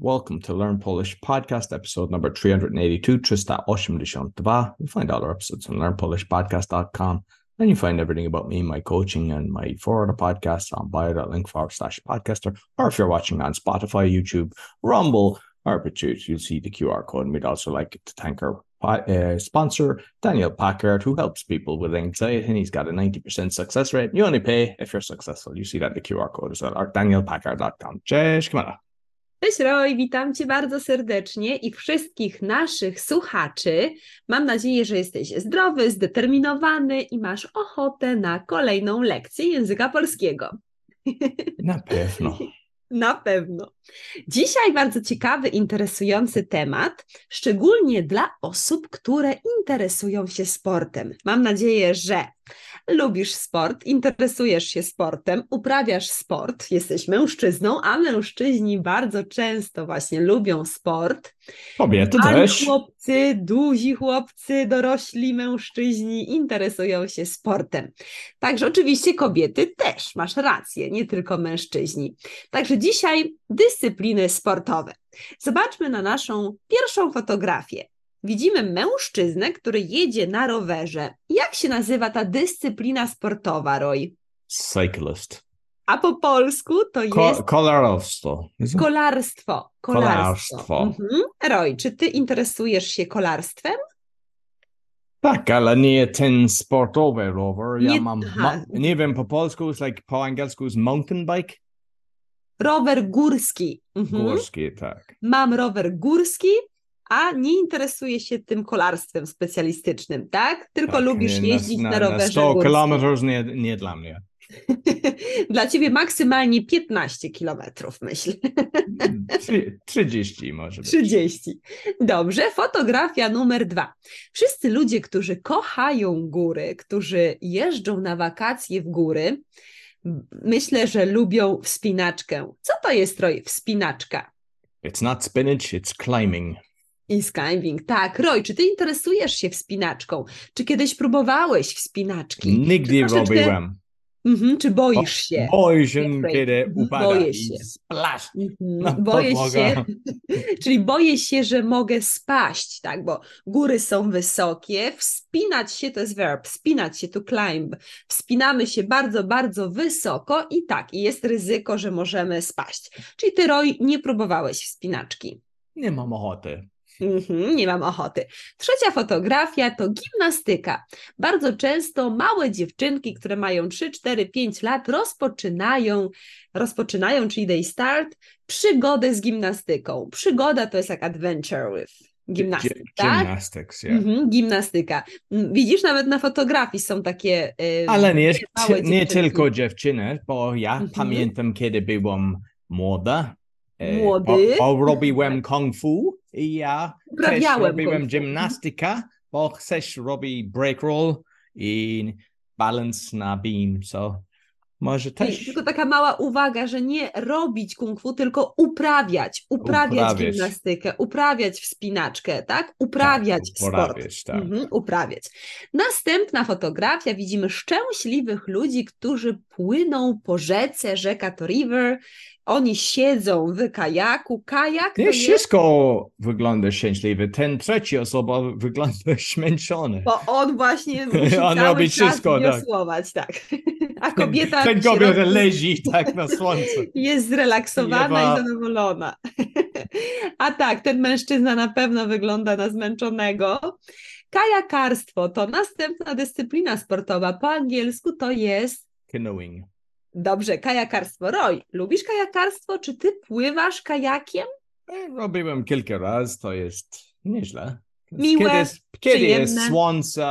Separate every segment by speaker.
Speaker 1: Welcome to Learn Polish podcast episode number 382, 382. You'll find all our episodes on learnpolishpodcast.com. And you find everything about me, my coaching, and my four other podcasts on bio.link forward slash podcaster. Or if you're watching on Spotify, YouTube, Rumble, or Pursuit, you'll see the QR code. And we'd also like to thank our uh, sponsor, Daniel Packard, who helps people with anxiety. And he's got a 90% success rate. You only pay if you're successful. You see that in the QR code as well, or danielpackard.com. Cześć, Kamala.
Speaker 2: Cześć Roy, witam Cię bardzo serdecznie i wszystkich naszych słuchaczy. Mam nadzieję, że jesteś zdrowy, zdeterminowany i masz ochotę na kolejną lekcję języka polskiego.
Speaker 1: Na pewno.
Speaker 2: Na pewno. Dzisiaj bardzo ciekawy, interesujący temat, szczególnie dla osób, które interesują się sportem. Mam nadzieję, że lubisz sport, interesujesz się sportem, uprawiasz sport, jesteś mężczyzną, a mężczyźni bardzo często właśnie lubią sport.
Speaker 1: Kobiety
Speaker 2: Ale
Speaker 1: też.
Speaker 2: chłopcy, duzi chłopcy, dorośli mężczyźni interesują się sportem. Także oczywiście kobiety też, masz rację, nie tylko mężczyźni. Także dzisiaj dyscypliny sportowe. Zobaczmy na naszą pierwszą fotografię. Widzimy mężczyznę, który jedzie na rowerze. Jak się nazywa ta dyscyplina sportowa, Roy?
Speaker 1: Cyclist.
Speaker 2: A po polsku to jest
Speaker 1: Ko- kolarstwo. Is it?
Speaker 2: kolarstwo.
Speaker 1: Kolarstwo.
Speaker 2: Mhm. Roy, czy ty interesujesz się kolarstwem?
Speaker 1: Tak, ale nie ten sportowy rower. Ja
Speaker 2: Nie-
Speaker 1: mam,
Speaker 2: aha.
Speaker 1: ma- nie wiem po polsku, jest like po angielsku jest mountain bike.
Speaker 2: Rower górski. Mhm.
Speaker 1: Górski, tak.
Speaker 2: Mam rower górski, a nie interesuję się tym kolarstwem specjalistycznym, tak? Tylko
Speaker 1: tak.
Speaker 2: lubisz
Speaker 1: nie,
Speaker 2: jeździć na,
Speaker 1: na
Speaker 2: rowerze
Speaker 1: 100
Speaker 2: górskim.
Speaker 1: kilometrów nie, nie dla mnie.
Speaker 2: Dla ciebie maksymalnie 15 kilometrów, myślę.
Speaker 1: Trzy- 30 może być.
Speaker 2: 30. Dobrze, fotografia numer dwa. Wszyscy ludzie, którzy kochają góry, którzy jeżdżą na wakacje w góry, m- myślę, że lubią wspinaczkę. Co to jest, Roy? Wspinaczka
Speaker 1: It's not spinach, it's climbing.
Speaker 2: i skiving. Tak, Roy, czy ty interesujesz się wspinaczką? Czy kiedyś próbowałeś wspinaczki?
Speaker 1: Nigdy
Speaker 2: troszeczkę-
Speaker 1: robiłem.
Speaker 2: Mhm, czy boisz się?
Speaker 1: Boję się,
Speaker 2: Jeffrey.
Speaker 1: kiedy
Speaker 2: Mhm,
Speaker 1: upada
Speaker 2: boję
Speaker 1: i
Speaker 2: się.
Speaker 1: splash. na
Speaker 2: Mhm, boję
Speaker 1: podłogę.
Speaker 2: się, czyli boję się, że mogę spaść, tak, bo góry są wysokie, wspinać się to jest verb, wspinać się to climb, wspinamy się bardzo, bardzo wysoko i tak, i jest ryzyko, że możemy spaść. Czyli ty, Roy, nie próbowałeś wspinaczki.
Speaker 1: Nie mam ochoty.
Speaker 2: Mhm, nie mam ochoty. Trzecia fotografia to gimnastyka. Bardzo często małe dziewczynki, które mają 3, 4, 5 lat, rozpoczynają, rozpoczynają, czyli they start, przygodę z gimnastyką. Przygoda to jest jak adventure with gimnastyka,
Speaker 1: Gy-
Speaker 2: tak?
Speaker 1: Gymnastics, yeah.
Speaker 2: Mhm, gimnastyka. Mm, Widzisz, nawet na fotografii są takie. y,
Speaker 1: Ale nie,
Speaker 2: małe
Speaker 1: ty, nie
Speaker 2: dziewczynki.
Speaker 1: tylko dziewczyny, bo ja
Speaker 2: Mhm.
Speaker 1: pamiętam, kiedy byłam młoda. e,
Speaker 2: Młody.
Speaker 1: Bo, bo robiłem kung fu i ja
Speaker 2: Uprawiałem
Speaker 1: też
Speaker 2: kung
Speaker 1: robiłem
Speaker 2: fu.
Speaker 1: gimnastykę, bo chcesz robić Oh, break roll i balance na beam, so może
Speaker 2: Czyli
Speaker 1: też
Speaker 2: tylko taka mała uwaga, że nie robić kung fu, tylko uprawiać, uprawiać,
Speaker 1: Uprawiać.
Speaker 2: gimnastykę, uprawiać wspinaczkę, tak? Uprawiać
Speaker 1: tak,
Speaker 2: sport.
Speaker 1: porabiać, tak.
Speaker 2: Mhm, uprawiać. Następna fotografia, widzimy szczęśliwych ludzi, którzy płyną po rzece, rzeka to river, oni siedzą w kajaku, kajak to
Speaker 1: Nie
Speaker 2: jest...
Speaker 1: wszystko wygląda szczęśliwy, ten trzeci osoba wygląda śmęczony.
Speaker 2: Bo on właśnie musi
Speaker 1: On
Speaker 2: cały
Speaker 1: robi
Speaker 2: czas
Speaker 1: wszystko, tak.
Speaker 2: wiosłować, tak. A kobieta,
Speaker 1: Ten
Speaker 2: w
Speaker 1: kobieta
Speaker 2: środku-
Speaker 1: leży tak na słońcu.
Speaker 2: Jest zrelaksowana
Speaker 1: Jeba.
Speaker 2: i zadowolona. A tak, ten mężczyzna na pewno wygląda na zmęczonego. Kajakarstwo to następna dyscyplina sportowa. Po angielsku to jest.
Speaker 1: Canoeing.
Speaker 2: Dobrze, kajakarstwo. Roy, lubisz kajakarstwo? Czy ty pływasz kajakiem?
Speaker 1: E, Robiłem kilka razy, to jest nieźle.
Speaker 2: Miłe,
Speaker 1: kiedy jest, kiedy jest
Speaker 2: przyjemne.
Speaker 1: słońce,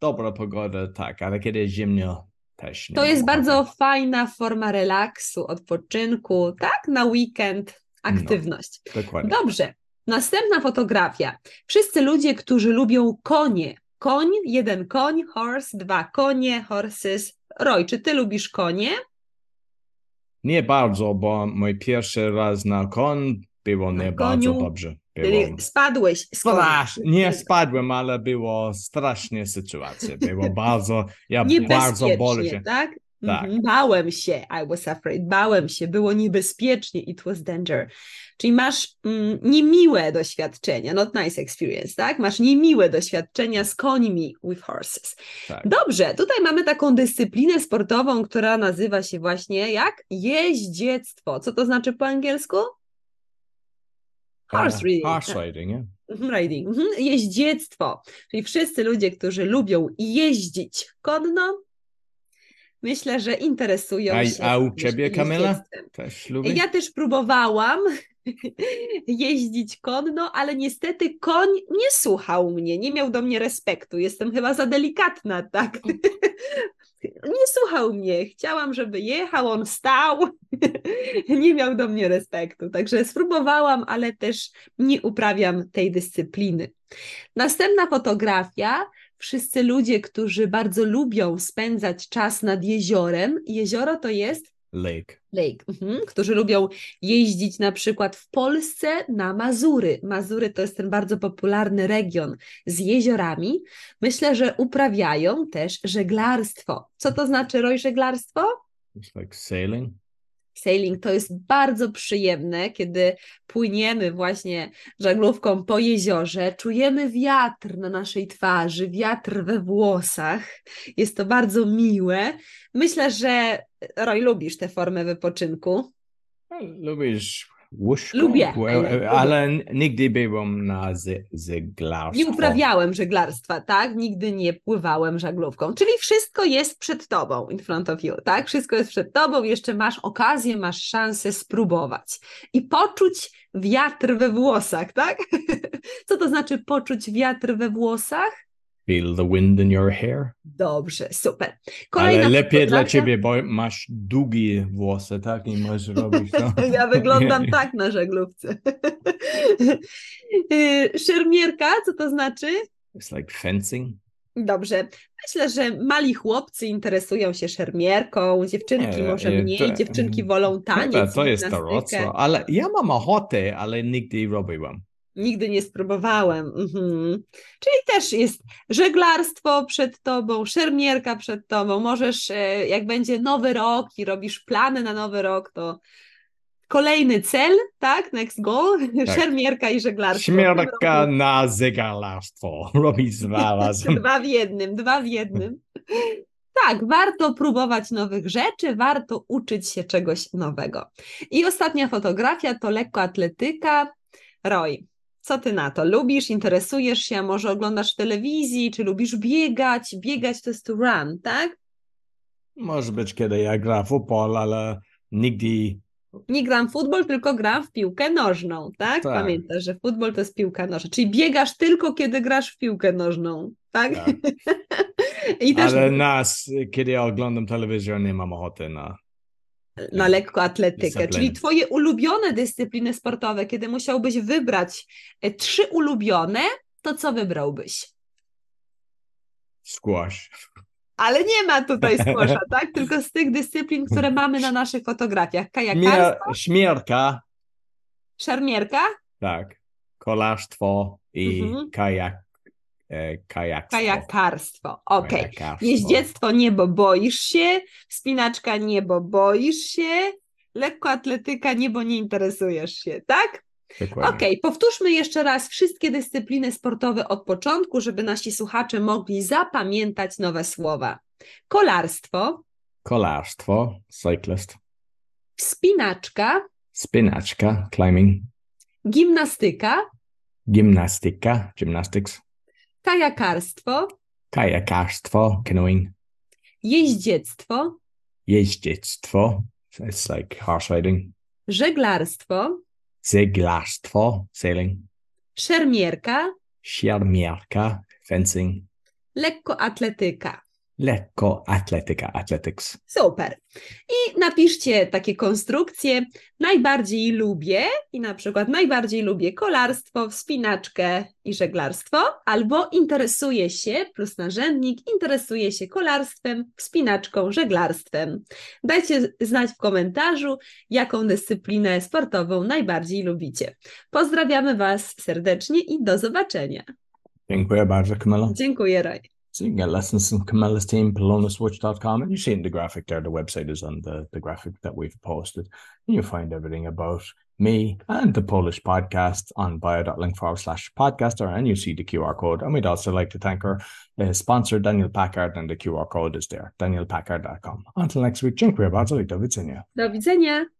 Speaker 1: dobra pogoda, tak, ale kiedy jest zimno, też nie
Speaker 2: To
Speaker 1: mam
Speaker 2: jest
Speaker 1: ochoty.
Speaker 2: bardzo fajna forma relaksu, odpoczynku, tak? Na weekend aktywność.
Speaker 1: Dokładnie.
Speaker 2: Dobrze. Następna fotografia. Wszyscy ludzie, którzy lubią konie. Koń, jeden koń, horse, dwa konie, horses. Roy, czy ty lubisz konie?
Speaker 1: Nie bardzo, bo mój pierwszy raz na kon było
Speaker 2: Na
Speaker 1: nie
Speaker 2: koniu.
Speaker 1: bardzo dobrze. Było...
Speaker 2: Czyli spadłeś z konia.
Speaker 1: Strasz, nie spadłem, ale było strasznie sytuacja. Było bardzo, ja bardzo
Speaker 2: Niebezpiecznie,
Speaker 1: bolę się.
Speaker 2: tak?
Speaker 3: Tak.
Speaker 2: Mhm, Bałem się, I was afraid, bałem się, było niebezpiecznie, it was danger. Czyli masz mm, niemiłe doświadczenia, not nice experience, tak? Masz niemiłe doświadczenia z końmi with horses.
Speaker 3: Tak.
Speaker 2: Dobrze, tutaj mamy taką dyscyplinę sportową, która nazywa się właśnie jak jeździectwo. Co to znaczy po angielsku? Horse riding.
Speaker 3: Horse riding, yeah.
Speaker 2: Mhm, Riding. Mhm, Jeździectwo. Czyli wszyscy ludzie, którzy lubią jeździć konno, myślę, że interesują
Speaker 1: A-
Speaker 2: się.
Speaker 1: a u
Speaker 2: również
Speaker 1: ciebie, Kamila?
Speaker 2: jeździectwem.
Speaker 1: Też lubię.
Speaker 2: Ja też próbowałam jeździć konno, ale niestety koń nie słuchał mnie, nie miał do mnie respektu. Jestem chyba za delikatna, tak? Nie słuchał mnie. Chciałam, żeby jechał, on stał. Nie miał do mnie respektu. Także spróbowałam, ale też nie uprawiam tej dyscypliny. Następna fotografia. Wszyscy ludzie, którzy bardzo lubią spędzać czas nad jeziorem. Jezioro to jest
Speaker 3: Lake.
Speaker 2: Lake, mhm, którzy lubią jeździć na przykład w Polsce na Mazury. Mazury to jest ten bardzo popularny region z jeziorami. Myślę, że uprawiają też żeglarstwo. Co to znaczy roj żeglarstwo?
Speaker 1: It's like sailing.
Speaker 2: Sailing to jest bardzo przyjemne, kiedy płyniemy właśnie żaglówką po jeziorze, czujemy wiatr na naszej twarzy, wiatr we włosach. Jest to bardzo miłe. Myślę, że Roy lubisz tę formę wypoczynku.
Speaker 1: A, Lubisz łóżko?
Speaker 2: Lubię,
Speaker 1: Bo-
Speaker 2: ale-
Speaker 1: Ale n- nigdy byłam na ze- zeglarstwo.
Speaker 2: Nie uprawiałem żeglarstwa, tak? Nigdy nie pływałem żaglówką. Czyli wszystko jest przed tobą, in front of you, tak? Wszystko jest przed tobą, jeszcze masz okazję, masz szansę spróbować i poczuć wiatr we włosach, tak? Co to znaczy poczuć wiatr we włosach?
Speaker 1: Feel the wind in your hair.
Speaker 2: Dobrze, super.
Speaker 1: ale lepiej dla
Speaker 2: fotografia.
Speaker 1: ciebie, bo masz długie włosy, tak? I możesz robić no. to.
Speaker 2: Ja wyglądam tak na żaglówce. Y, Szermierka, co to znaczy?
Speaker 1: It's like fencing.
Speaker 2: Dobrze. Myślę, że mali chłopcy interesują się szermierką, dziewczynki
Speaker 1: Nie,
Speaker 2: może
Speaker 1: nie,
Speaker 2: mniej,
Speaker 1: to-
Speaker 2: dziewczynki wolą
Speaker 1: Chyba
Speaker 2: taniec,
Speaker 1: to jest
Speaker 2: gimnastykę.
Speaker 1: dorosła, ale ja mam ochotę, ale nigdy robiłam.
Speaker 2: Nigdy nie spróbowałem. Mhm. Czyli też jest żeglarstwo przed tobą, szermierka przed tobą. Możesz, e, jak będzie nowy rok i robisz plany na nowy rok, to kolejny cel, tak? Next goal,
Speaker 1: Tak.
Speaker 2: szermierka i żeglarstwo. W tym
Speaker 1: Śmierka na zegarstwo. Robić dwa razem.
Speaker 2: Dwa w jednym, dwa w jednym. Tak, warto próbować nowych rzeczy, warto uczyć się czegoś nowego. I ostatnia fotografia to lekkoatletyka. Roy, co ty na to? Lubisz, interesujesz się, może oglądasz telewizji, czy lubisz biegać? Biegać to jest to run, tak?
Speaker 1: Może być, kiedy ja gra w futbol, ale nigdy
Speaker 2: Nie gram w futbol, tylko gram w piłkę nożną, tak?
Speaker 1: Tak.
Speaker 2: Pamiętasz, że futbol to jest piłka nożna, czyli biegasz tylko, kiedy grasz w piłkę nożną, tak?
Speaker 1: Tak.
Speaker 2: I też
Speaker 1: Ale nas, kiedy oglądam telewizję, nie mam ochoty na.
Speaker 2: na lekkoatletykę,
Speaker 1: Dyscypliny.
Speaker 2: czyli twoje ulubione dyscypliny sportowe, kiedy musiałbyś wybrać e, trzy ulubione, to co wybrałbyś?
Speaker 1: Squash.
Speaker 2: Ale nie ma tutaj skłosza, tak? Tylko z tych dyscyplin, które mamy na naszych fotografiach. Kajakarstwo,
Speaker 1: Śmier- śmierka,
Speaker 2: szarmierka,
Speaker 1: tak. Kolarstwo i
Speaker 2: Mhm.
Speaker 1: kajak. E, kajakstwo.
Speaker 2: kajakarstwo. Okej.
Speaker 1: Kajakarstwo.
Speaker 2: Jeździectwo nie, bo boisz się, wspinaczka nie, bo boisz się, lekkoatletyka nie, bo nie interesujesz się, tak?
Speaker 1: Dokładnie.
Speaker 2: Okej, powtórzmy jeszcze raz wszystkie dyscypliny sportowe od początku, żeby nasi słuchacze mogli zapamiętać nowe słowa. Kolarstwo,
Speaker 1: Kolarstwo, cyclist.
Speaker 2: wspinaczka,
Speaker 1: Spinaczka, climbing.
Speaker 2: gimnastyka,
Speaker 1: Gimnastyka, gymnastics.
Speaker 2: kajakarstwo,
Speaker 1: Kajakarstwo, canoeing.
Speaker 2: jeździectwo,
Speaker 1: Jeździectwo, it's like horse riding.
Speaker 2: żeglarstwo,
Speaker 1: Zeglarstwo, sailing.
Speaker 2: szermierka,
Speaker 1: Siarmiarka, fencing.
Speaker 2: lekkoatletyka.
Speaker 1: Lekko atletyka, athletics.
Speaker 2: Super. I napiszcie takie konstrukcje. Najbardziej lubię i na przykład najbardziej lubię kolarstwo, wspinaczkę i żeglarstwo, albo interesuję się, plus narzędnik, interesuje się kolarstwem, wspinaczką, żeglarstwem. Dajcie znać w komentarzu, jaką dyscyplinę sportową najbardziej lubicie. Pozdrawiamy Was serdecznie i do zobaczenia.
Speaker 1: Dziękuję bardzo, Kamila.
Speaker 2: Dziękuję, Raj.
Speaker 1: So you can get lessons from Camilla's team, polonaswitch.com. And you've seen the graphic there. The website is on the, the graphic that we've posted. And you'll find everything about me and the Polish podcast on bio.link forward slash podcaster. And you see the QR code. And we'd also like to thank our uh, sponsor, Daniel Packard. And the QR code is there, danielpackard.com. Until next week, dziękuję bardzo i do widzenia.
Speaker 2: Do widzenia.